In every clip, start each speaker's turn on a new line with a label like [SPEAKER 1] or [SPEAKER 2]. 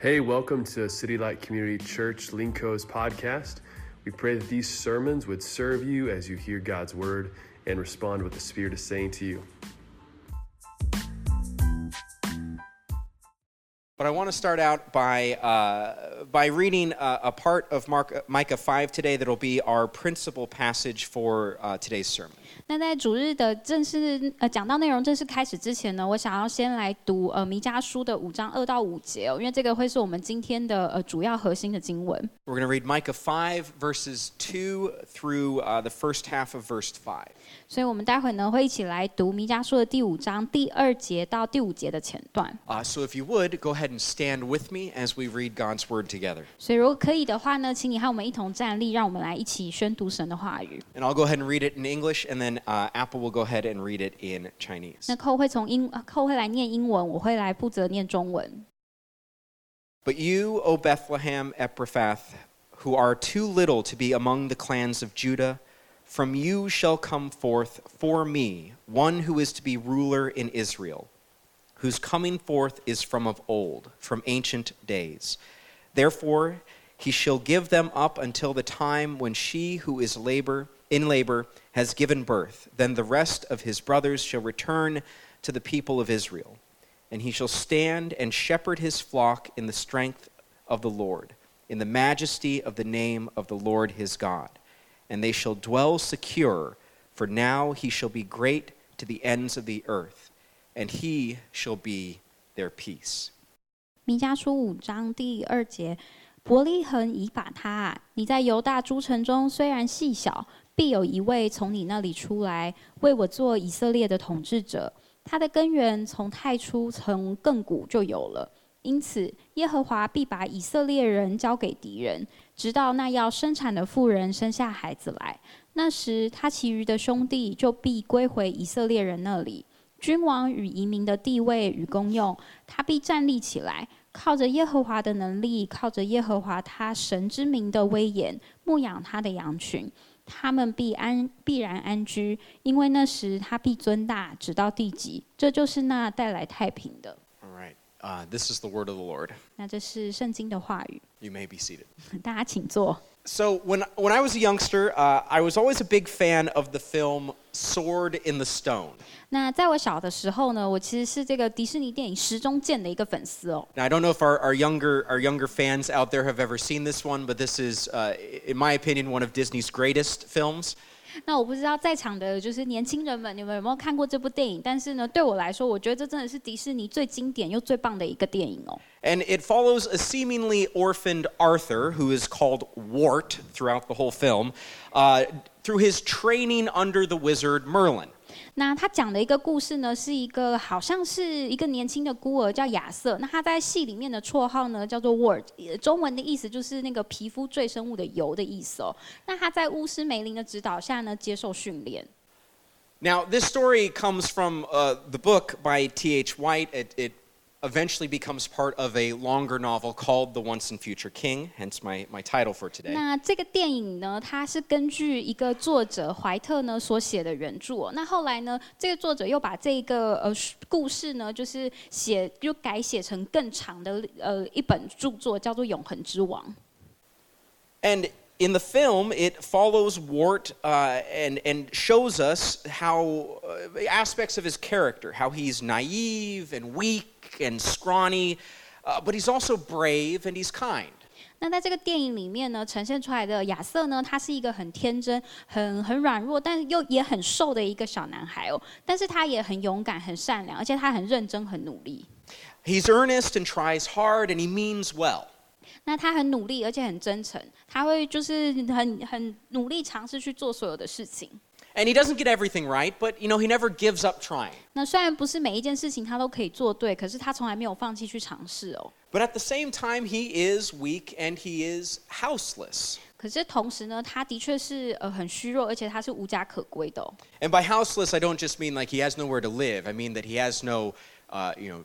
[SPEAKER 1] Hey, welcome to City Light Community Church Linco's podcast. We pray that these sermons would serve you as you hear God's word and respond what the Spirit is saying to you.
[SPEAKER 2] But I want to start out by, uh, by reading uh, a part of Mark, Micah 5 today that'll be our principal passage for uh, today's sermon.
[SPEAKER 3] 那在主日的正式呃讲到内容正式开始之前呢，我想要先来读呃弥迦书的五章二到五节哦，因为这个会是我们今天的呃主要核心的经文。
[SPEAKER 2] We're going to read Micah 5, verses 2 through uh, the first half of verse 5.
[SPEAKER 3] 所以我们待会呢会一起来读弥迦书的第五章第二节到第五节的前段。
[SPEAKER 2] Uh, so if you would, go ahead and stand with me as we read God's word together.
[SPEAKER 3] 所以如果可以的话呢，请你和我们一同站立，让我们来一起宣读神的话语。
[SPEAKER 2] And I'll go ahead and read it in English, and then uh, Apple will go ahead and read it in Chinese.
[SPEAKER 3] 那寇会从英呃寇会来念英文，我会来负责念中文。
[SPEAKER 2] But you, O Bethlehem Ephrathah, who are too little to be among the clans of Judah, from you shall come forth for me one who is to be ruler in Israel, whose coming forth is from of old, from ancient days. Therefore, he shall give them up until the time when she who is labor in labor has given birth. Then the rest of his brothers shall return to the people of Israel. And he shall stand and shepherd his flock in the strength of the Lord, in the majesty of the name of the Lord his God. And they shall dwell secure, for now he shall be great to the ends of the earth, and he shall be their peace.
[SPEAKER 3] 弥迦书五章第二节：伯利恒以法他啊，你在犹大诸城中虽然细小，必有一位从你那里出来，为我做以色列的统治者。他的根源从太初，从亘古就有了。因此，耶和华必把以色列人交给敌人，直到那要生产的妇人生下孩子来。那时，他其余的兄弟就必归回以色列人那里。君王与移民的地位与功用，他必站立起来，靠着耶和华的能力，靠着耶和华他神之名的威严，牧养他的羊群。他们必安必然安居，因为那时他必尊大，直到地极。这就是那带来太平的。
[SPEAKER 2] All right, uh, this is the word of the Lord.
[SPEAKER 3] 那这是圣经的话语，
[SPEAKER 2] You may be seated.
[SPEAKER 3] 大家请坐。
[SPEAKER 2] So, when, when I was a youngster, uh, I was always a big fan of the film Sword in the Stone.
[SPEAKER 3] 那在我小的时候呢，我其实是这个迪士尼电影《时钟剑》的一个粉丝哦。
[SPEAKER 2] Now, I don't know if our, our younger our younger fans out there have ever seen this one, but this is, uh, in my opinion, one of Disney's greatest films.
[SPEAKER 3] 那我不知道在场的就是年轻人们，你们有没有看过这部电影？但是呢，对我来说，我觉得这真的是迪士尼最经典又最棒的一个电影哦。
[SPEAKER 2] And it follows a seemingly orphaned Arthur, who is called Wart throughout the whole film, uh, through his training under the wizard Merlin.
[SPEAKER 3] 那他讲的一个故事呢，是一个好像是一个年轻的孤儿叫亚瑟，那他在戏里面的绰号呢叫做 Word，呃中文的意思就是那个皮肤赘生物的油的意思哦。那他在巫师梅林的指导下呢，接受训练。
[SPEAKER 2] Now, this story comes from uh, the book by T.H. White. It, it eventually becomes part of a longer novel called The Once and Future King, hence my, my title for today.
[SPEAKER 3] 那这个电影呢，它是根据一个作者怀特呢所写的原著哦、那后来呢，这个作者又把这个呃故事呢，就是写又改写成更长的呃一本著作，叫做《永恒之王》。
[SPEAKER 2] And in the film, it follows Wart uh, and, and shows us how uh, aspects of his character, how he's naive and weak and scrawny, uh, but he's also brave and he's kind.
[SPEAKER 3] 那在这个电影里面呢，呈现出来的亚瑟呢，他是一个很天真、很很软弱，但是又也很瘦的一个小男孩哦。但是他也很勇敢、很善良，而且他很认真、很努力。
[SPEAKER 2] He's earnest and tries hard and he means well.
[SPEAKER 3] 那他很努力，而且很真诚，他会就是很很努力尝试去做所有的事情。
[SPEAKER 2] And he doesn't get everything right, but you know, he never gives up trying.
[SPEAKER 3] 那虽然不是每一件事情他都可以做对，可是他从来没有放弃去尝试哦。
[SPEAKER 2] But at the same time, he is weak and he is houseless.
[SPEAKER 3] 可是同时呢，他的确是呃很虚弱，而且他是无家可归的、哦。
[SPEAKER 2] And by houseless, I don't just mean like he has nowhere to live. I mean that he has no, uh, you know,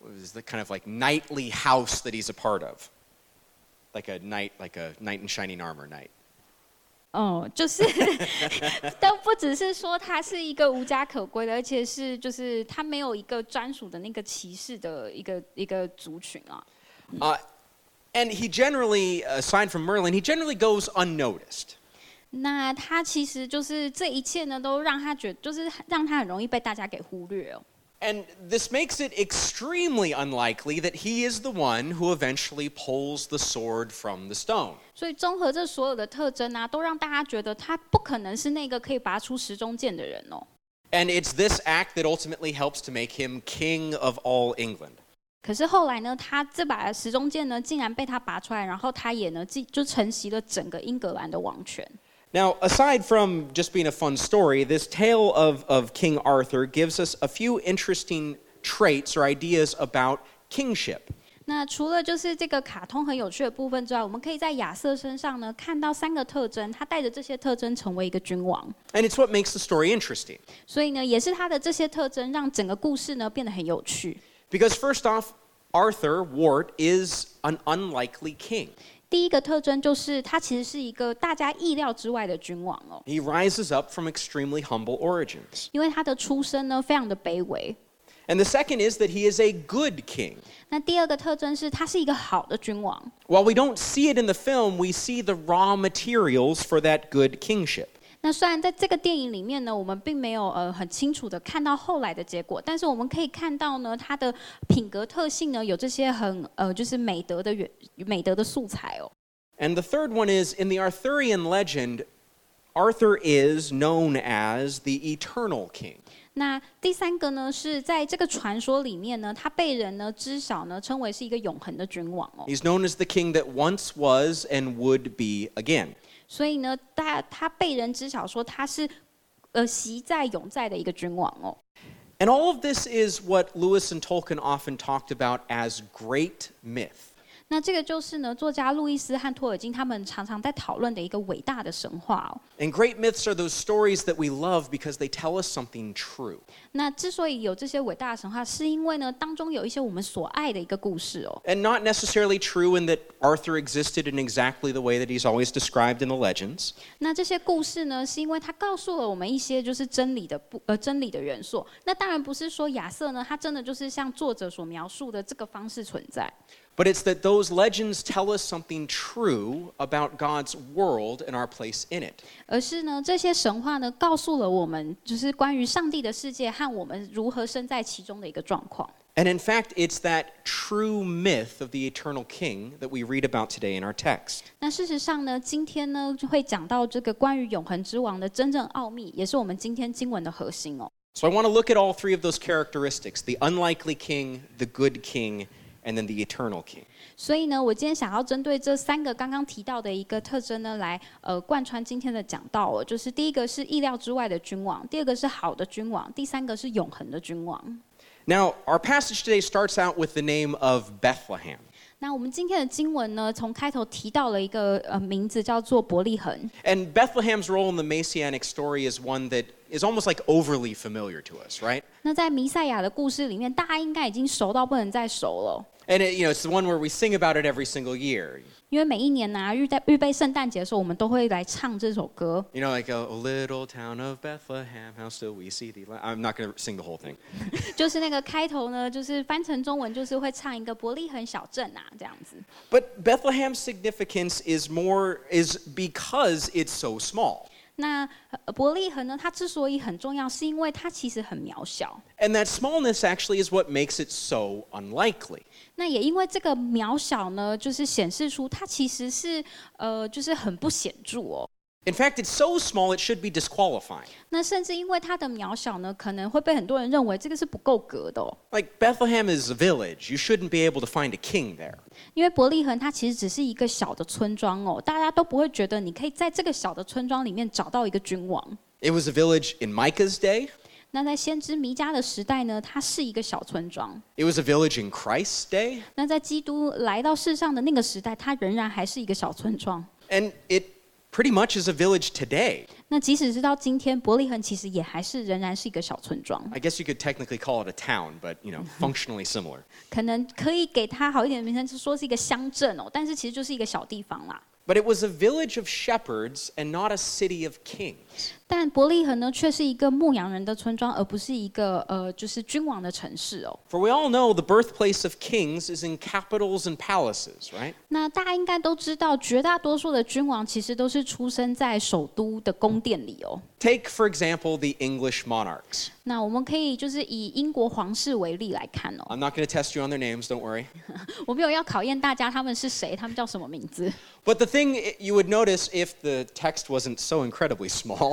[SPEAKER 2] what is the kind of like knightly house that he's a part of, like a knight, like a knight in shining armor knight.
[SPEAKER 3] 哦，就是， 但不只是说他是一个无家可归的，而且是就是他没有一个专属的那个骑士的一个一个族群啊。
[SPEAKER 2] Uh, and he generally, aside from Merlin, he generally goes unnoticed.
[SPEAKER 3] 那他其实就是这一切呢，都让他觉，就是让他很容易被大家给忽略哦。
[SPEAKER 2] And this makes it extremely unlikely that he is the one who eventually pulls the sword from the stone.
[SPEAKER 3] 所以综合这所有的特征啊，都让大家觉得他不可能是那个可以拔出时钟剑的人哦。
[SPEAKER 2] And it's this act that ultimately helps to make him king of all England.
[SPEAKER 3] 可是后来呢，他这把时钟剑呢，竟然被他拔出来，然后他也呢，继就承袭了整个英格兰的王权。
[SPEAKER 2] Now, aside from just being a fun story, this tale of, of King Arthur gives us a few interesting traits or ideas about kingship.
[SPEAKER 3] 那除了就是这个卡通很有趣的部分之外，我们可以在亚瑟身上呢看到三个特征，他带着这些特征成为一个君王，
[SPEAKER 2] And it's what makes the story interesting.
[SPEAKER 3] 所以呢，也是他的这些特征让整个故事呢变得很有趣。
[SPEAKER 2] Because, first off, Arthur Wart is an unlikely king.
[SPEAKER 3] 第一个特征就是他其实是一个大家意料之外的君王哦，
[SPEAKER 2] He rises up from extremely humble origins.
[SPEAKER 3] 因为他的出身呢非常的卑微。
[SPEAKER 2] And the second is that he is a good king.
[SPEAKER 3] 那第二个特征是他是一个好的君王。
[SPEAKER 2] While we don't see it in the film, we see the raw materials for that good kingship.
[SPEAKER 3] 那虽然在这个电影里面呢，我们并没有呃很清楚的看到后来的结果，但是我们可以看到呢，他的品格特性呢有这些很呃就是美德的原美德的素材哦。
[SPEAKER 2] And the third one is in the Arthurian legend, Arthur is known as the eternal king.
[SPEAKER 3] 那第三个呢，是在这个传说里面呢，他被人呢知晓呢称为是一个永恒的君王哦，
[SPEAKER 2] He's known as the king that once was and would be again.
[SPEAKER 3] 所以呢，他他被人知晓说他是呃习在永在的一个君王哦。
[SPEAKER 2] And all of this is what Lewis and Tolkien often talked about as great myth.
[SPEAKER 3] 那这个就是呢，作家路易斯和托尔金他们常常在讨论的一个伟大的神话哦。
[SPEAKER 2] And great myths are those stories that we love because they tell us something true.
[SPEAKER 3] 那之所以有这些伟大的神话，是因为呢，当中有一些我们所爱的一个故事哦。
[SPEAKER 2] And not necessarily true in that Arthur existed in exactly the way that he's always described in the legends.
[SPEAKER 3] 那这些故事呢，是因为它告诉了我们一些就是真理的不呃真理的元素。那当然不是说亚瑟呢，他真的就是像作者所描述的这个方式存在，
[SPEAKER 2] But it's that those legends tell us something true about God's world and our place in it.
[SPEAKER 3] 而是呢，这些神话呢，告诉了我们就是关于上帝的世界和我们如何身在其中的一个状况。
[SPEAKER 2] And in fact, it's that true myth of the eternal king that we read about today in our text.
[SPEAKER 3] 那事实上呢，今天呢就会讲到这个关于永恒之王的真正奥秘，也是我们今天经文的核心哦。
[SPEAKER 2] So I want to look at all three of those characteristics the unlikely king, the good king, and then the eternal king.
[SPEAKER 3] 所以呢，我今天想要针对这三个刚刚提到的一个特征呢，来呃贯穿今天的讲道哦。就是第一个是意料之外的君王，第二个是好的君王，第三个是永恒的君王。
[SPEAKER 2] Now, our passage today starts out with the name of Bethlehem.
[SPEAKER 3] 那我们今天的经文呢，从开头提到了一个呃名字叫做伯利恒。
[SPEAKER 2] And Bethlehem's role in the Messianic story is one that is almost like overly familiar to us, right?
[SPEAKER 3] 那在弥赛亚的故事里面，大家应该已经熟到不能再熟了，哦
[SPEAKER 2] And it, you know, it's the one where we sing about it every single year.
[SPEAKER 3] 因为每一年呢、啊预在预备圣诞节的时候，我们都会来唱这首歌。
[SPEAKER 2] You know, like oh, little town of Bethlehem, how still we see thee. li-" I'm not going to sing the whole thing.
[SPEAKER 3] 就是那个开头呢，就是翻成中文就是会唱一个伯利恒小镇啊这样子。
[SPEAKER 2] But Bethlehem's significance is more is because it's so small.
[SPEAKER 3] 那呃伯利恒呢，它之所以很重要，是因为它其实很渺小。
[SPEAKER 2] And that smallness actually is what makes it so unlikely.
[SPEAKER 3] 那也因为这个渺小呢，就是显示出它其实是呃，就是很不显著哦。
[SPEAKER 2] In fact, it's so small it should be disqualifying.
[SPEAKER 3] 那甚至因为它的渺小呢，可能会被很多人认为这个是不够格的哦。
[SPEAKER 2] Like Bethlehem is a village. You shouldn't be able to find a king there.
[SPEAKER 3] 因为伯利恒它其实只是一个小的村庄哦，大家都不会觉得你可以在这个小的村庄里面找到一个君王。
[SPEAKER 2] It was a village in Micah's day.
[SPEAKER 3] 那在先知弥迦的时代呢，它是一个小村庄。
[SPEAKER 2] It was a village in Christ's day.
[SPEAKER 3] 那在基督来到世上的那个时代，它仍然还是一个小村庄。
[SPEAKER 2] And it pretty much is a village today.
[SPEAKER 3] 那即使是到今天，伯利恒其实也还是仍然是一个小村庄，
[SPEAKER 2] I guess you could technically call it a town, but you know, functionally similar.
[SPEAKER 3] 可能可以给它好一点的名称，就说是一个乡镇哦，但是其实就是一个小地方啦。
[SPEAKER 2] But it was a village of shepherds and not a city of kings.
[SPEAKER 3] 但伯利恒呢，却是一个牧羊人的村庄，而不是一个呃，就是君王的城市哦。
[SPEAKER 2] For we all know the birthplace of kings is in capitals and palaces, right?
[SPEAKER 3] 那大家应该都知道，绝大多数的君王其实都是出生在首都的宫殿里哦。
[SPEAKER 2] Take, for example, the English monarchs.
[SPEAKER 3] 那我们可以就是以英国皇室为例来看哦，
[SPEAKER 2] I'm not going to test you on their names, don't worry.
[SPEAKER 3] 我没有要考验大家他们是谁，他们叫什么名字。
[SPEAKER 2] But the thing i- you would notice if the text wasn't so incredibly small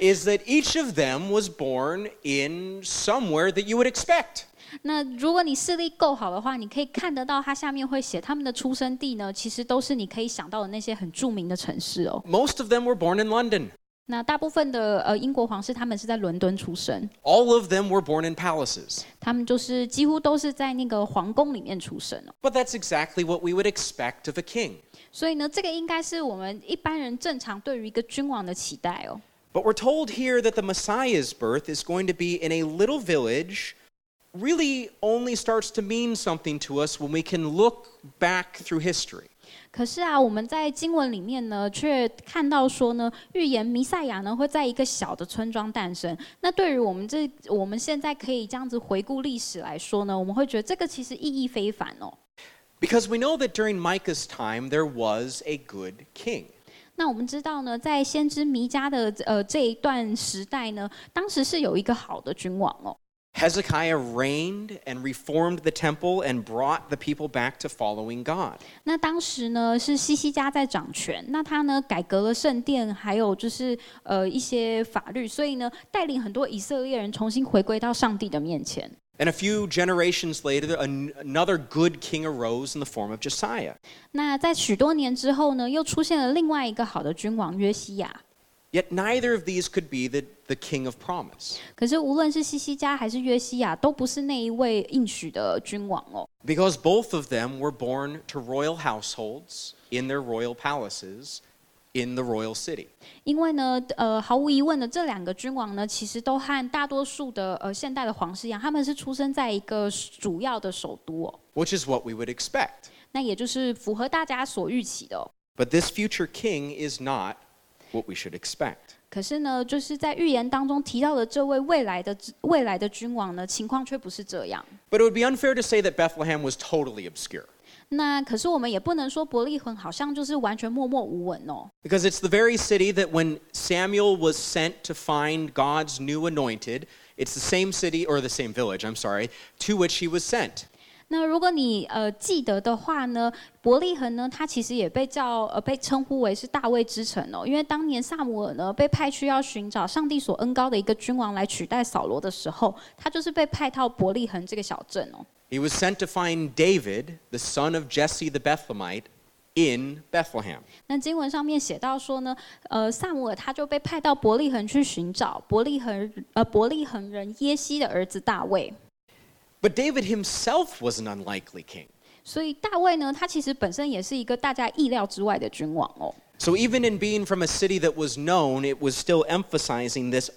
[SPEAKER 2] is that each of them was born in somewhere that you would expect.
[SPEAKER 3] 那如果你视力够好的话，你可以看得到它下面会写他们的出生地呢，其实都是你可以想到的那些很著名的城市哦。
[SPEAKER 2] Most of them were born in London.
[SPEAKER 3] 那大部分的呃英国皇室他们是在伦敦出生，
[SPEAKER 2] All of them were born in palaces.
[SPEAKER 3] 他们就是几乎都是在那个皇宫里面出生哦。
[SPEAKER 2] But that's exactly what we would expect of a king.
[SPEAKER 3] 所以呢，这个应该是我们一般人正常对于一个君王的期待哦。
[SPEAKER 2] But we're told here that the Messiah's birth is going to be in a little village, really only starts to mean something to us when we can look back through history.
[SPEAKER 3] 可是啊，我们在经文里面呢，却看到说呢，预言弥赛亚呢会在一个小的村庄诞生。那对于我们这我们现在可以这样子回顾历史来说呢，我们会觉得这个其实意义非凡哦。
[SPEAKER 2] Because we know that during Micah's time, there was a good king.
[SPEAKER 3] 那我们知道呢，在先知弥迦的呃这一段时代呢，当时是有一个好的君王哦。
[SPEAKER 2] Hezekiah reigned and reformed the temple and brought the people back to following God.
[SPEAKER 3] 那当时呢是西西家在掌权，那他呢改革了圣殿，还有就是呃一些法律，所以呢带领很多以色列人重新回归到上帝的面前。
[SPEAKER 2] And a few generations later, an- another good king arose in the form of Josiah.
[SPEAKER 3] 那在许多年之后呢，又出现了另外一个好的君王约西亚。
[SPEAKER 2] Yet neither of these could be the, the king of promise.
[SPEAKER 3] 可是无论是西西家还是约西亚，都不是那一位应许的君王哦，
[SPEAKER 2] Because both of them were born to royal households in their royal palaces in the royal city.
[SPEAKER 3] 因为呢，呃，毫无疑问的，这两个君王呢，其实都和大多数的呃现代的皇室一样，他们是出生在一个主要的首都哦，
[SPEAKER 2] which is what we would expect.
[SPEAKER 3] 那也就是符合大家所预期的哦。
[SPEAKER 2] But this future king is not what we should expect.
[SPEAKER 3] 可是呢，就是在预言当中提到的这位未来的未来的君王呢，情况却不是这样。
[SPEAKER 2] But it would be unfair to say that Bethlehem was totally obscure,
[SPEAKER 3] 那可是我们也不能说伯利恒好像就是完全默默无闻哦，
[SPEAKER 2] because it's the very city that when Samuel was sent to find God's new anointed, it's the same city, or the same village, I'm sorry, to which he was sent.
[SPEAKER 3] 那如果你呃记得的话呢，伯利恒呢，它其实也被叫呃被称呼为是大卫之城哦，因为当年萨姆尔呢被派去要寻找上帝所恩高的一个君王来取代扫罗的时候，他就是被派到伯利恒这个小镇哦。
[SPEAKER 2] He was sent to find David, the son of Jesse the Bethlehemite, in Bethlehem.
[SPEAKER 3] 那经文上面写到说呢，呃，萨姆尔他就被派到伯利恒去寻找伯利恒呃伯利恒人耶西的儿子大卫。
[SPEAKER 2] But David himself was an unlikely king.
[SPEAKER 3] 所以大卫呢，他其实本身也是一个大家意料之外的君王哦。
[SPEAKER 2] So even in being from a city that was known, it was still emphasizing this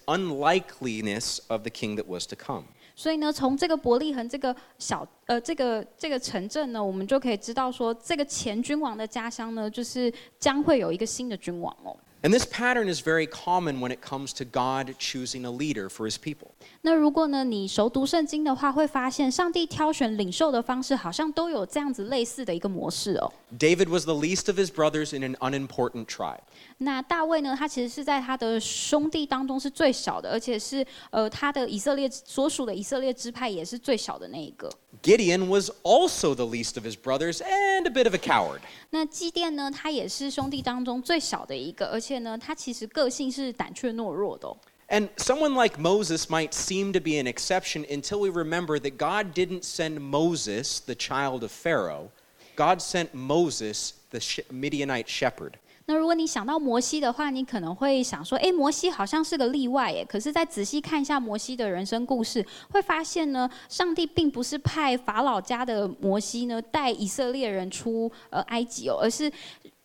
[SPEAKER 2] unlikeliness of the king that was to come.
[SPEAKER 3] 所以呢，从这个伯利恒这个小呃这个这个城镇呢，我们就可以知道说，这个前君王的家乡呢，就是将会有一个新的君王哦。
[SPEAKER 2] And this pattern is very common when it comes to God choosing a leader for his people.
[SPEAKER 3] 那如果呢你熟读圣经的话，会发现上帝挑选领袖的方式好像都有这样子类似的一个模式哦。
[SPEAKER 2] David was the least of his brothers in an unimportant tribe.
[SPEAKER 3] 那大卫呢，他其实是在他的兄弟当中是最小的，而且是呃他的以色列所属的以色列支派也是最小的那一个。
[SPEAKER 2] Gideon was also the least of his brothers and a bit of a coward.
[SPEAKER 3] 那基甸呢，他也是兄弟当中最小的一个，而且呢，他其实个性是胆怯懦弱的哦、
[SPEAKER 2] And someone like Moses might seem to be an exception until we remember that God didn't send Moses, the child of Pharaoh. God sent Moses, the sh- Midianite shepherd.
[SPEAKER 3] 那如果你想到摩西的话，你可能会想说，诶，摩西好像是个例外耶。可是再仔细看一下摩西的人生故事，会发现呢，上帝并不是派法老家的摩西呢带以色列人出呃埃及哦，而是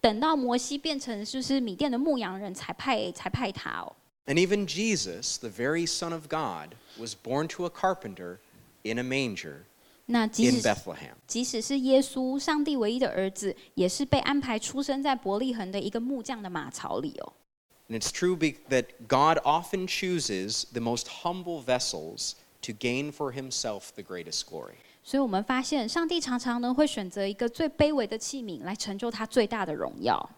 [SPEAKER 3] 等到摩西变成就是米甸的牧羊人才派才派他哦。
[SPEAKER 2] And even Jesus, the very Son of God, was born to a carpenter in a manger
[SPEAKER 3] 那即
[SPEAKER 2] in
[SPEAKER 3] 使
[SPEAKER 2] Bethlehem.
[SPEAKER 3] 即使是耶稣，上帝唯一的儿子，也是被安排出生在伯利恒的一个木匠的马槽里哦。
[SPEAKER 2] And it's true be- that God often chooses the most humble vessels to gain for himself the greatest glory.
[SPEAKER 3] 所以我们发现，上帝常常呢会选择一个最卑微的器皿来成就他最大的荣耀。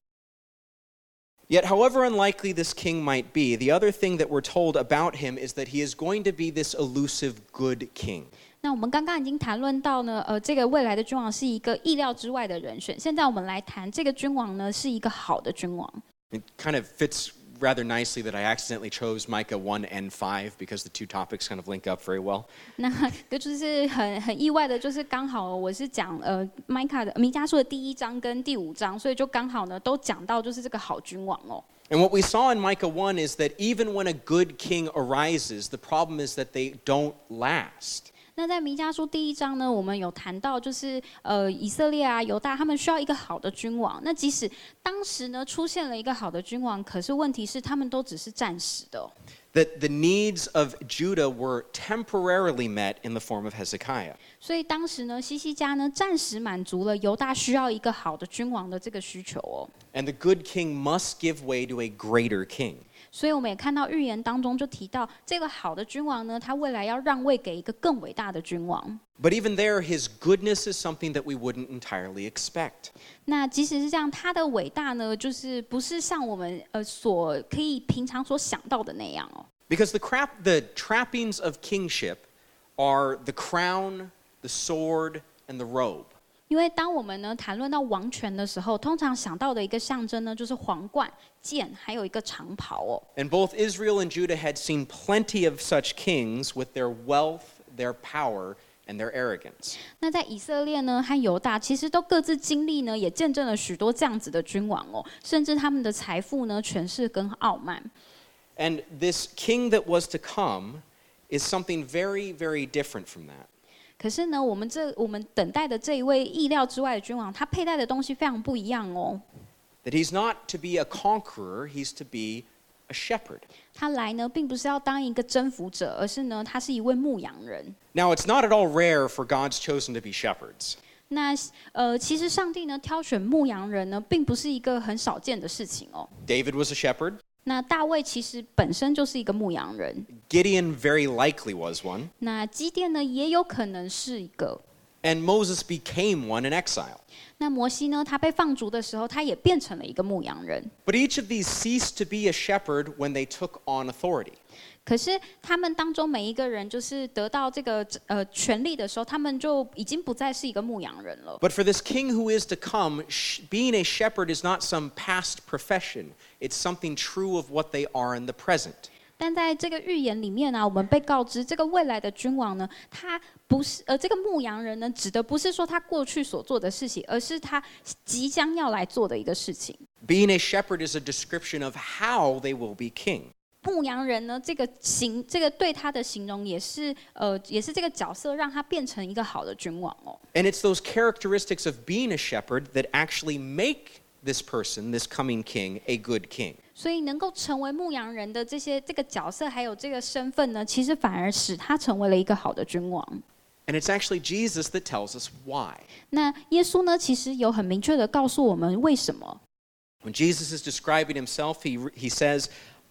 [SPEAKER 2] Yet, however unlikely this king might be, the other thing that we're told about him is that he is going to be this elusive good king.
[SPEAKER 3] 那我们刚刚已经谈论到呢，呃，这个未来的君王是一个意料之外的人选。现在我们来谈这个君王呢，是一个好的君王。
[SPEAKER 2] It kind of fits rather nicely that I accidentally chose Micah 1 and 5 because the two topics kind of link up very well.
[SPEAKER 3] 那 这就是很很意外的，就是刚好我是讲呃麦卡的弥迦书的第一章跟第五章，所以就刚好呢都讲到就是这个好君王哦。
[SPEAKER 2] And what we saw in Micah 1 is that even when a good king arises, the problem is that they don't last.
[SPEAKER 3] 那在弥迦书第一章呢，我们有谈到，就是呃，以色列啊、犹大他们需要一个好的君王。那即使当时呢出现了一个好的君王，可是问题是他们都只是暂时的哦、
[SPEAKER 2] that the needs of Judah were temporarily met in the form of Hezekiah.
[SPEAKER 3] 所以当时呢，西西家呢暂时满足了犹大需要一个好的君王的这个需求哦。
[SPEAKER 2] And the good king must give way to a greater king.
[SPEAKER 3] 所以我们也看到预言当中就提到，这个好的君王呢，他未来要让位给一个更伟大的君王。
[SPEAKER 2] But even there, his goodness is something that we wouldn't entirely expect.
[SPEAKER 3] 那即使是这样，他的伟大呢，就是不是像我们呃所可以平常所想到的那样哦。
[SPEAKER 2] Because the, crap, the trappings of kingship are the crown, the sword, and the robe.
[SPEAKER 3] 因为当我们呢谈论到王权的时候，通常想到的一个象征呢，就是皇冠、剑，还有一个长袍哦。
[SPEAKER 2] And both Israel and Judah had seen plenty of such kings with their wealth, their power, and their arrogance.
[SPEAKER 3] 那在以色列呢和犹大，其实都各自经历呢，也见证了许多这样子的君王哦，甚至他们的财富呢、权势跟傲慢。
[SPEAKER 2] And this king that was to come is something very, very different from that.
[SPEAKER 3] 可是呢，我们这我们等待的这一位意料之外的君王，他佩戴的东西非常不一样哦。
[SPEAKER 2] That he's not to be a conqueror, he's to be a shepherd.
[SPEAKER 3] 他来呢，并不是要当一个征服者，而是呢，他是一位牧羊人。
[SPEAKER 2] Now, it's not at all rare for God's chosen to be shepherds.
[SPEAKER 3] 那呃，其实上帝呢挑选牧羊人呢，并不是一个很少见的事情哦。
[SPEAKER 2] David was a shepherd,
[SPEAKER 3] 那大卫其实本身就是一个牧羊人，
[SPEAKER 2] Gideon very likely was one,
[SPEAKER 3] 那基甸呢也有可能是一个。
[SPEAKER 2] and Moses became one in exile.
[SPEAKER 3] 那摩西呢，他被放逐的时候，他也变成了一个牧羊人。
[SPEAKER 2] But each of these ceased to be a shepherd when they took on authority.
[SPEAKER 3] 可是他们当中每一个人，就是得到这个呃权利的时候，他们就已经不再是一个牧羊人了。
[SPEAKER 2] But for this king who is to come, sh- being a shepherd is not some past profession, it's something true of what they are in the present.
[SPEAKER 3] 但在这个预言里面呢、啊我们被告知，这个未来的君王呢，他不是呃，这个牧羊人呢，指的不是说他过去所做的事情，而是他即将要来做的一个事情。
[SPEAKER 2] Being a shepherd is a description of how they will be king.
[SPEAKER 3] 牧羊人呢，这个形，这个对他的形容也是呃，也是这个角色让他变成一个好的君王哦。
[SPEAKER 2] And it's those characteristics of being a shepherd that actually make this person, this coming king, a good king.
[SPEAKER 3] 所以能够成为牧羊人的这些这个角色，还有这个身份呢，其实反而使他成为了一个好的君王。
[SPEAKER 2] And it's actually Jesus that tells us why.
[SPEAKER 3] 那耶稣呢，其实有很明确的告诉我们为什么。
[SPEAKER 2] When Jesus is describing himself, he, he says,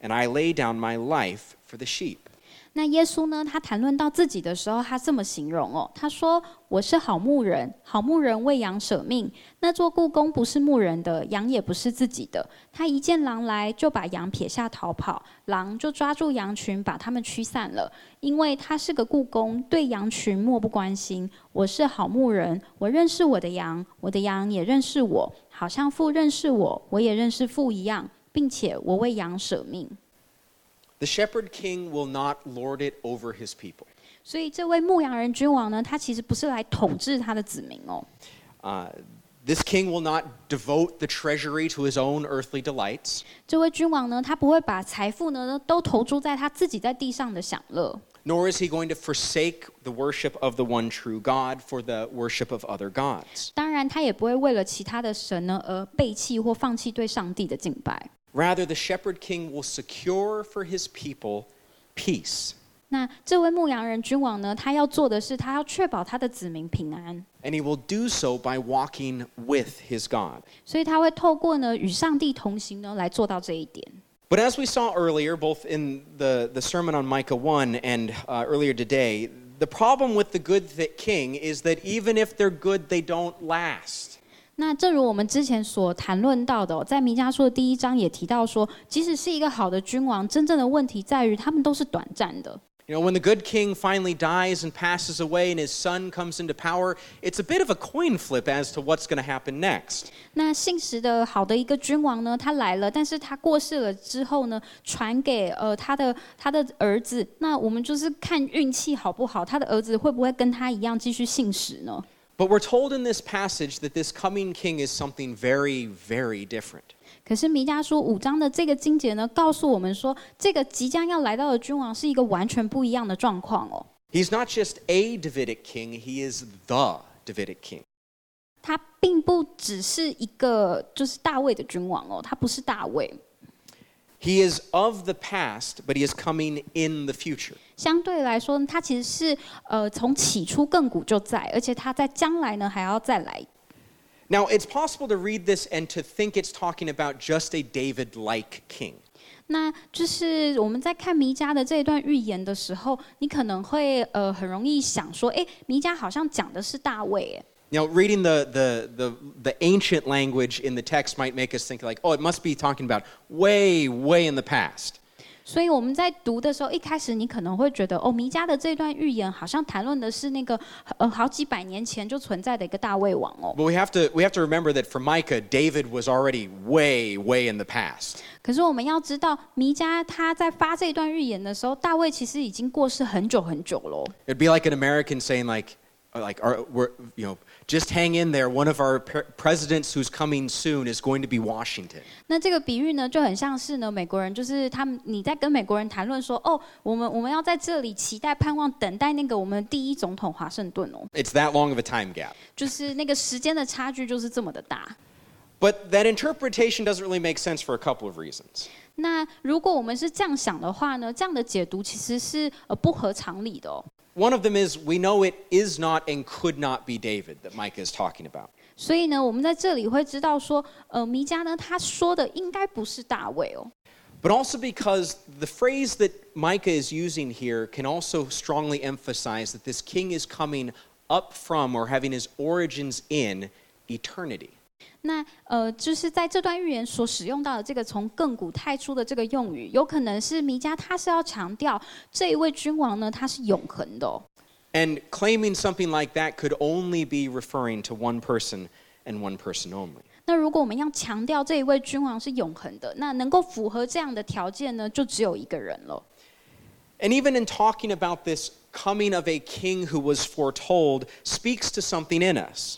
[SPEAKER 2] and I lay down my life for the sheep.
[SPEAKER 3] 那耶稣呢，他谈论到自己的时候，他这么形容哦，他说：“我是好牧人，好牧人为羊舍命。那做故宫不是牧人的，羊也不是自己的。他一见狼来，就把羊撇下逃跑，狼就抓住羊群，把他们驱散了。因为他是个故宫，对羊群漠不关心。我是好牧人，我认识我的羊，我的羊也认识我，好像父认识我，我也认识父一样，并且我为羊舍命。”
[SPEAKER 2] The shepherd king will not lord it over his people.
[SPEAKER 3] 所以这位牧羊人君王呢，他其实不是来统治他的子民哦。
[SPEAKER 2] Uh, this king will not devote the treasury to his own earthly delights.
[SPEAKER 3] 这位君王呢，他不会把财富呢都投注在他自己在地上的享乐，
[SPEAKER 2] Nor is he going to forsake the worship of the one true God for the worship of other gods.
[SPEAKER 3] 当然他也不会为了其他的神呢而背弃或放弃对上帝的敬拜。
[SPEAKER 2] Rather, the shepherd king will secure for his people peace.
[SPEAKER 3] 那这位牧羊人君王呢，他要做的是，他要确保他的子民平安，
[SPEAKER 2] And he will do so by walking with his God.
[SPEAKER 3] 所以他会透过呢与上帝同行呢来做到这一点。
[SPEAKER 2] But as we saw earlier, both in the, the sermon on Micah 1 and uh, earlier today, the problem with the good th- king is that even if they're good, they don't last.
[SPEAKER 3] 那正如我们之前所谈论到的哦、在弥迦书的第一章也提到说，即使是一个好的君王，真正的问题在于他们都是短暂的。
[SPEAKER 2] You know, when the good king finally dies and passes away and his son comes into power, it's a bit of a coin flip as to what's going to happen next.
[SPEAKER 3] 那信实的好的一个君王呢，他来了，但是他过世了之后呢，传给呃他的他的儿子，那我们就是看运气好不好，他的儿子会不会跟他一样继续信实呢？
[SPEAKER 2] But we're told in this passage that this coming king is something very, very different.
[SPEAKER 3] 可是弥迦书五章的这个经节呢，告诉我们说，这个即将要来到的君王是一个完全不一样的状况哦。
[SPEAKER 2] He's not just a Davidic king, he is the Davidic king.
[SPEAKER 3] 他并不只是一个就是大卫的君王哦，他不是大卫。
[SPEAKER 2] He is of the past, but he is coming in the future.
[SPEAKER 3] 相对来说，他其实是呃从起初亘古就在，而且他在将来呢还要再来。
[SPEAKER 2] Now, it's possible to read this and to think it's talking about just a David like king.
[SPEAKER 3] 那就是我们在看弥迦的这一段预言的时候，你可能会呃很容易想说，诶，弥迦好像讲的是大卫，诶，
[SPEAKER 2] Now, reading the, the, the, the ancient language in the text might make us think, like, oh, it must be talking about way, way in the past.
[SPEAKER 3] 所以我们在读的时候，一开始你可能会觉得，哦，弥迦的这段预言好像谈论的是那个呃好几百年前就存在的一个大卫王哦。
[SPEAKER 2] But we have, to, we have to remember that for Micah, David was already way, way in the past.
[SPEAKER 3] 可是我们要知道，弥迦他在发这段预言的时候，大卫其实已经过世很久很久喽。
[SPEAKER 2] It'd be like an American saying, like, uh, like our, we're, you know, just hang in there. One of our pre- presidents who's coming soon is going to be Washington.
[SPEAKER 3] 那这个比喻呢，就很像是呢美国人，就是他们你在跟美国人谈论说，哦，我们我们要在这里期待、盼望、等待那个我们第一总统华盛顿哦，
[SPEAKER 2] It's that long of a time gap.
[SPEAKER 3] 就是那个时间的差距就是这么的大。
[SPEAKER 2] But that interpretation doesn't really make sense for a couple of reasons.
[SPEAKER 3] 那如果我们是这样想的话呢，这样的解读其实是呃不合常理的哦。
[SPEAKER 2] One of them is we know it is not and could not be David that Micah is talking about.
[SPEAKER 3] 所以呢，我们在这里会知道说，呃，弥迦呢他说的应该不是大卫哦。
[SPEAKER 2] But also because the phrase that Micah is using here can also strongly emphasize that this king is coming up from or having his origins in eternity.
[SPEAKER 3] 那呃，就是在这段预言所使用到的这个从亘古太初的这个用语，有可能是弥迦他是要强调这一位君王呢，他是永恒的、哦。
[SPEAKER 2] And claiming something like that could only be referring to one person and one person only.
[SPEAKER 3] 那如果我们要强调这一位君王是永恒的，那能够符合这样的条件呢，就只有一个人了。
[SPEAKER 2] And even in talking about this coming of a king who was foretold speaks to something in us.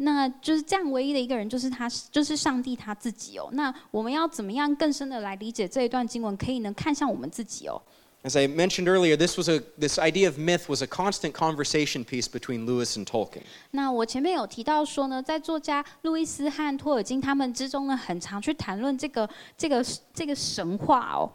[SPEAKER 3] 那就是这样唯一的一个人，就是他，就是上帝他自己哦。那我们要怎么样更深的来理解这一段经文，可以能看向我们自己哦？
[SPEAKER 2] As I mentioned earlier, this was a this idea of myth was a constant conversation piece between Lewis and Tolkien.
[SPEAKER 3] 那我前面有提到说呢，在作家路易斯和托尔金他们之中呢，很常去谈论这个这个这个神话哦。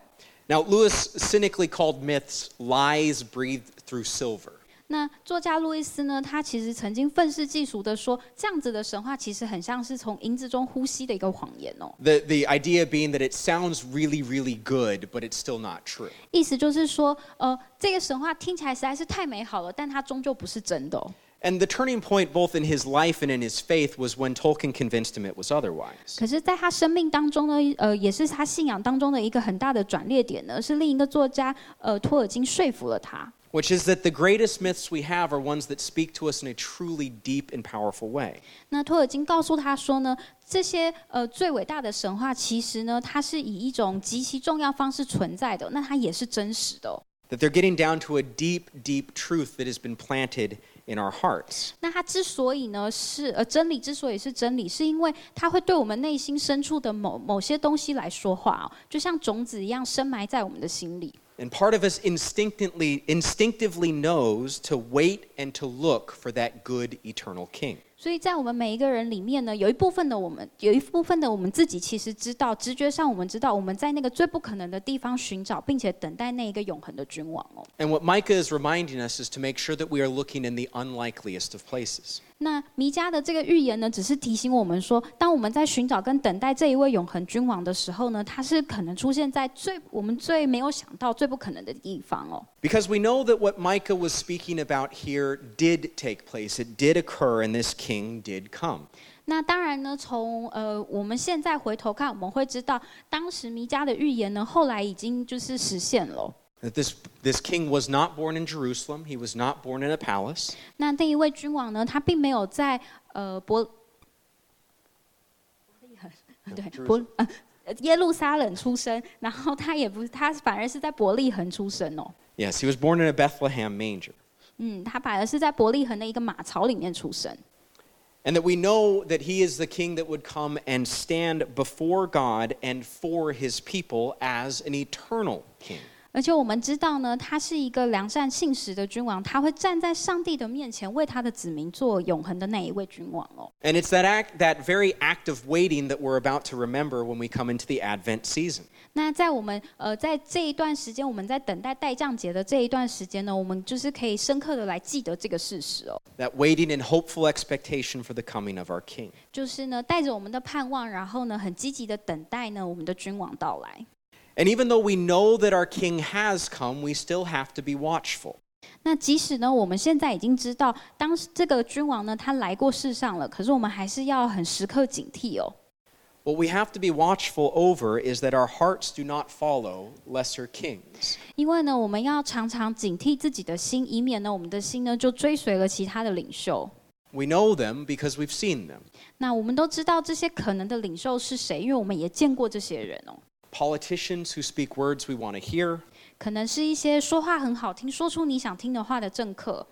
[SPEAKER 2] Now, Lewis cynically called myths lies breathed through silver.
[SPEAKER 3] 那作家路易斯呢，他其实曾经愤世嫉俗的说，这样子的神话其实很像是从银子中呼吸的一个谎言哦。
[SPEAKER 2] The the idea being that it sounds really really good, but it's still not true.
[SPEAKER 3] 意思就是说，呃，这个神话听起来实在是太美好了，但它终究不是真的、哦。
[SPEAKER 2] And the turning point both in his life and in his faith was when Tolkien convinced him it was otherwise.
[SPEAKER 3] 可是，在他生命当中呢，呃，也是他信仰当中的一个很大的转捩点呢，是另一个作家呃托尔金说服了他。
[SPEAKER 2] Which is that the greatest myths we have are ones that speak to us in a truly deep and powerful way.
[SPEAKER 3] 那托尔金告诉他说呢，这些呃最伟大的神话，其实呢，它是以一种极其重要方式存在的，那它也是真实的哦、
[SPEAKER 2] That they're getting down to a deep, deep truth that has been planted in our hearts.
[SPEAKER 3] 那它之所以呢是呃真理，之所以是真理，是因为它会对我们内心深处的某某些东西来说话哦，就像种子一样深埋在我们的心里。
[SPEAKER 2] And part of us instinctively, instinctively knows to wait and to look for that good eternal king.
[SPEAKER 3] 所以在我们每一个人里面呢，有一部分的我们，有一部分的我们自己其实知道，直觉上我们知道，我们在那个最不可能的地方寻找，并且等待那一个永恒的君王哦。
[SPEAKER 2] And what Micah is reminding us is to make sure that we are looking in the unlikeliest of places.
[SPEAKER 3] 那弥迦的这个预言呢，只是提醒我们说，当我们在寻找跟等待这一位永恒君王的时候呢，他是可能出现在最我们最没有想到、最不可能的地方哦。
[SPEAKER 2] Because we know that what Micah was speaking about here did take place, it did occur, and this king did come.
[SPEAKER 3] 那当然呢，从呃我们现在回头看，我们会知道，当时弥迦的预言呢，后来已经就是实现了哦。
[SPEAKER 2] That this, this king was not born in Jerusalem, he was not born in a palace,
[SPEAKER 3] 那那一位君王呢，他并没有在呃伯， 对伯呃耶路撒冷出生，然后他也不是，他反而是在伯利恒出生哦。
[SPEAKER 2] yes, he was born in a Bethlehem manger.
[SPEAKER 3] 嗯，他反而是在伯利恒的一个马槽里面出生。
[SPEAKER 2] And that we know that he is the king that would come and stand before God and for his people as an eternal king.
[SPEAKER 3] 而且我们知道呢，他是一个良善信实的君王，他会站在上帝的面前，为他的子民做永恒的那一位君王哦。
[SPEAKER 2] And it's that, act, that very act of waiting that we're about to remember when we come into the Advent season.
[SPEAKER 3] 那在我们呃在这一段时间，我们在等待待降节的这一段时间呢，我们就是可以深刻的来记得这个事实哦，
[SPEAKER 2] that waiting and hopeful expectation for the coming of our King.
[SPEAKER 3] 就是呢带着我们的盼望，然后呢很积极的等待呢我们的君王到来。
[SPEAKER 2] And even though we know that our King has come, we still have to be watchful.
[SPEAKER 3] 那即使呢我们现在已经知道，当时这个君王呢他来过世上了，可是我们还是要很时刻警惕哦。
[SPEAKER 2] What we have to be watchful over is that our hearts do not follow lesser kings.
[SPEAKER 3] 因为呢，我们要常常警惕自己的心，以免呢，我们的心呢就追随了其他的领袖。
[SPEAKER 2] We know them because we've seen them
[SPEAKER 3] 那我们都知道这些可能的领袖是谁，因为我们也见过这些人哦。
[SPEAKER 2] politicians who speak words we want to hear,
[SPEAKER 3] 可能是一些说话很好听、说出你想听的话的政客，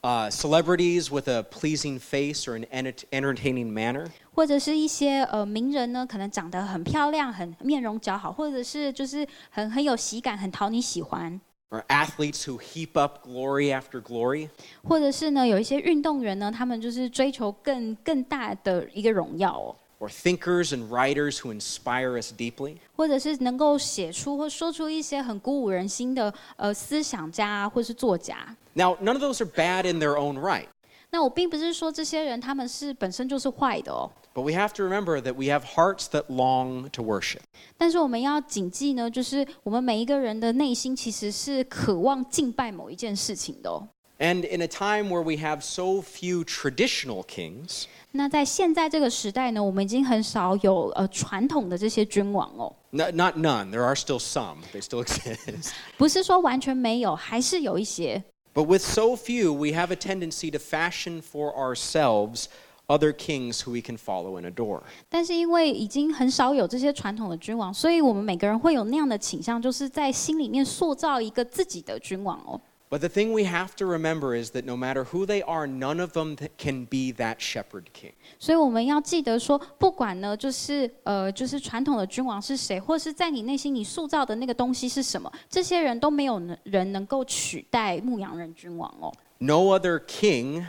[SPEAKER 2] uh, celebrities with a pleasing face or an ent- entertaining manner,
[SPEAKER 3] 或者是一些呃名人呢，可能长得很漂亮、很面容姣好，或者是就是很很有喜感、很讨你喜欢，
[SPEAKER 2] or athletes who heap up glory after glory.
[SPEAKER 3] 或者是呢有一些运动员呢，他们就是追求更更大的一个荣耀哦。
[SPEAKER 2] Or thinkers and writers who inspire us deeply.
[SPEAKER 3] 或者是能够写出或说出一些很鼓舞人心的呃思想家啊，或是作家。
[SPEAKER 2] Now, none of those are bad in their own right.
[SPEAKER 3] 那我并不是说这些人他们是本身就是坏的哦，
[SPEAKER 2] But we have to remember that we have hearts that long to worship.
[SPEAKER 3] 但是我们要谨记呢，就是我们每一个人的内心其实是渴望敬拜某一件事情的哦。
[SPEAKER 2] And in a time where we have so few traditional kings,
[SPEAKER 3] 那在现在这个时代呢，我们已经很少有呃传统的这些君王哦，
[SPEAKER 2] n- not none, there are still some, they still exist.
[SPEAKER 3] 不是说完全没有，还是有一些。
[SPEAKER 2] but with so few, we have a tendency to fashion for ourselves other kings who we can follow and adore.
[SPEAKER 3] 但是因为已经很少有这些传统的君王，所以我们每个人会有那样的倾向，就是在心里面塑造一个自己的君王哦。
[SPEAKER 2] But the thing we have to remember is that no matter who they are, none of them th- can be that shepherd king.
[SPEAKER 3] 所以我们要记得说，不管呢，就是呃，就是传统的君王是谁，或是在你内心你塑造的那个东西是什么，这些人都没有能人能够取代牧羊人君王哦。
[SPEAKER 2] No other king,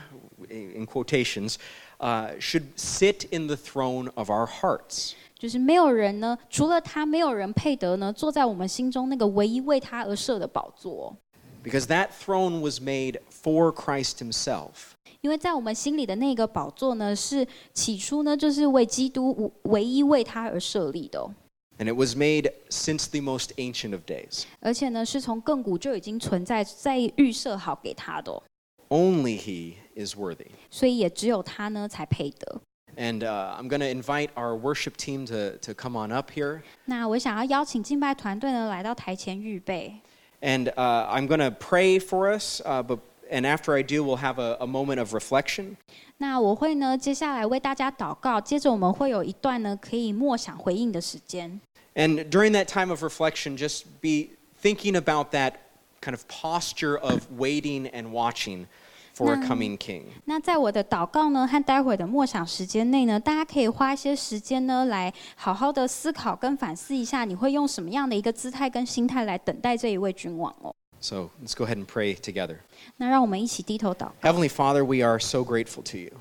[SPEAKER 2] in in quotations, uh, should sit in the throne of our hearts.
[SPEAKER 3] 就是没有人呢，除了他，没有人配得呢，坐在我们心中那个唯一为他而设的宝座哦、
[SPEAKER 2] Because that throne was made for Christ himself.
[SPEAKER 3] 因为在我们心里的那个宝座呢，是起初呢，就是为基督无唯一为他而设立的哦、
[SPEAKER 2] And it was made since the most ancient of days.
[SPEAKER 3] 而且呢，是从亘古就已经存在，在预设好给他的哦、
[SPEAKER 2] Only he is worthy.
[SPEAKER 3] 所以也只有他呢才配得。
[SPEAKER 2] And uh, I'm going to invite our worship team to, to come on up here.
[SPEAKER 3] 那我想要邀请敬拜团队呢来到台前预备。
[SPEAKER 2] And uh, I'm going to pray for us. Uh, but, and after I do, we'll have a, a moment of reflection.
[SPEAKER 3] 那我会呢接下来为大家祷告，接着我们会有一段呢可以默想回应的时间。
[SPEAKER 2] And during that time of reflection, just be thinking about that kind of posture of waiting and watching for a
[SPEAKER 3] Nine.
[SPEAKER 2] coming king.
[SPEAKER 3] 那在我的祷告呢和待会的默想时间内呢，大家可以花一些时间呢来好好的思考跟反思一下，你会用什么样的一个姿态跟心态来等待这一位君王哦。
[SPEAKER 2] So let's go ahead and pray together.
[SPEAKER 3] 那让我们一起低头祷。
[SPEAKER 2] Heavenly Father, we are so grateful to you.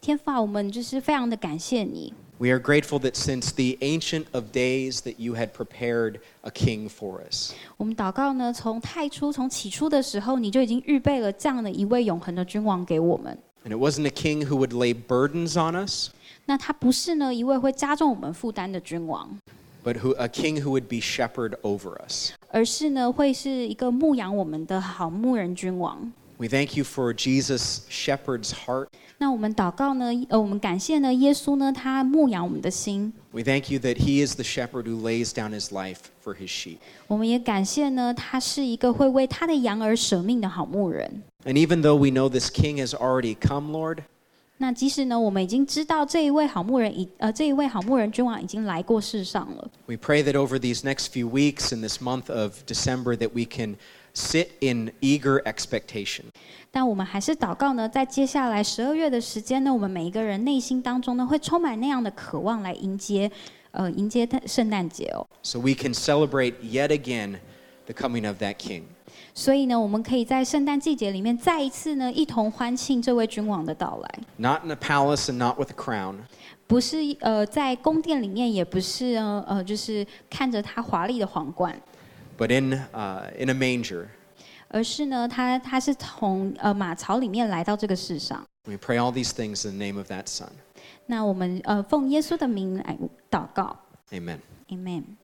[SPEAKER 3] 天父啊，我们就是非常的感谢你。
[SPEAKER 2] We are grateful that since the ancient of days that you had prepared a king for us.
[SPEAKER 3] 我们祷告呢，从太初，从起初的时候，你就已经预备了这样的一位永恒的君王给我们。
[SPEAKER 2] And it wasn't a king who would lay burdens on us,
[SPEAKER 3] 那他不是呢一位会加重我们负担的君王，
[SPEAKER 2] but who a king who would be shepherd over us.
[SPEAKER 3] 而是呢会是一个牧养我们的好牧人君王。
[SPEAKER 2] We thank you for Jesus' shepherd's heart.
[SPEAKER 3] 那我们祷告呢，呃，我们感谢呢，耶稣呢，他牧养我们的心。
[SPEAKER 2] We thank you that he is the shepherd who lays down his life for his sheep.
[SPEAKER 3] 我们也感谢呢，他是一个会为他的羊而舍命的好牧人。
[SPEAKER 2] And even though we know this king has already come, Lord,
[SPEAKER 3] 那即使呢，我们已经知道这一位好牧人已呃这一位好牧人君王已经来过世上了。
[SPEAKER 2] we pray that over these next few weeks in this month of December that we can sit in eager expectation.
[SPEAKER 3] 但我们还是祷告呢，在接下来十二月的时间呢，我们每一个人内心当中呢，会充满那样的渴望来迎接，呃，迎接诞圣诞节哦。
[SPEAKER 2] So we can celebrate yet again the coming of that king.
[SPEAKER 3] 所以呢，我们可以在圣诞季节里面再一次呢，一同欢庆这位君王的到来，
[SPEAKER 2] Not in a palace and not with a crown,
[SPEAKER 3] 不是呃在宫殿里面，也不是呃呃就是看着他华丽的皇冠，
[SPEAKER 2] but in, uh, in a manger.
[SPEAKER 3] 而是呢，他他是从呃马槽里面来到这个世上。
[SPEAKER 2] We pray all these things in the name of that son.
[SPEAKER 3] 那我们呃奉耶稣的名来祷告
[SPEAKER 2] Amen.
[SPEAKER 3] ，Amen。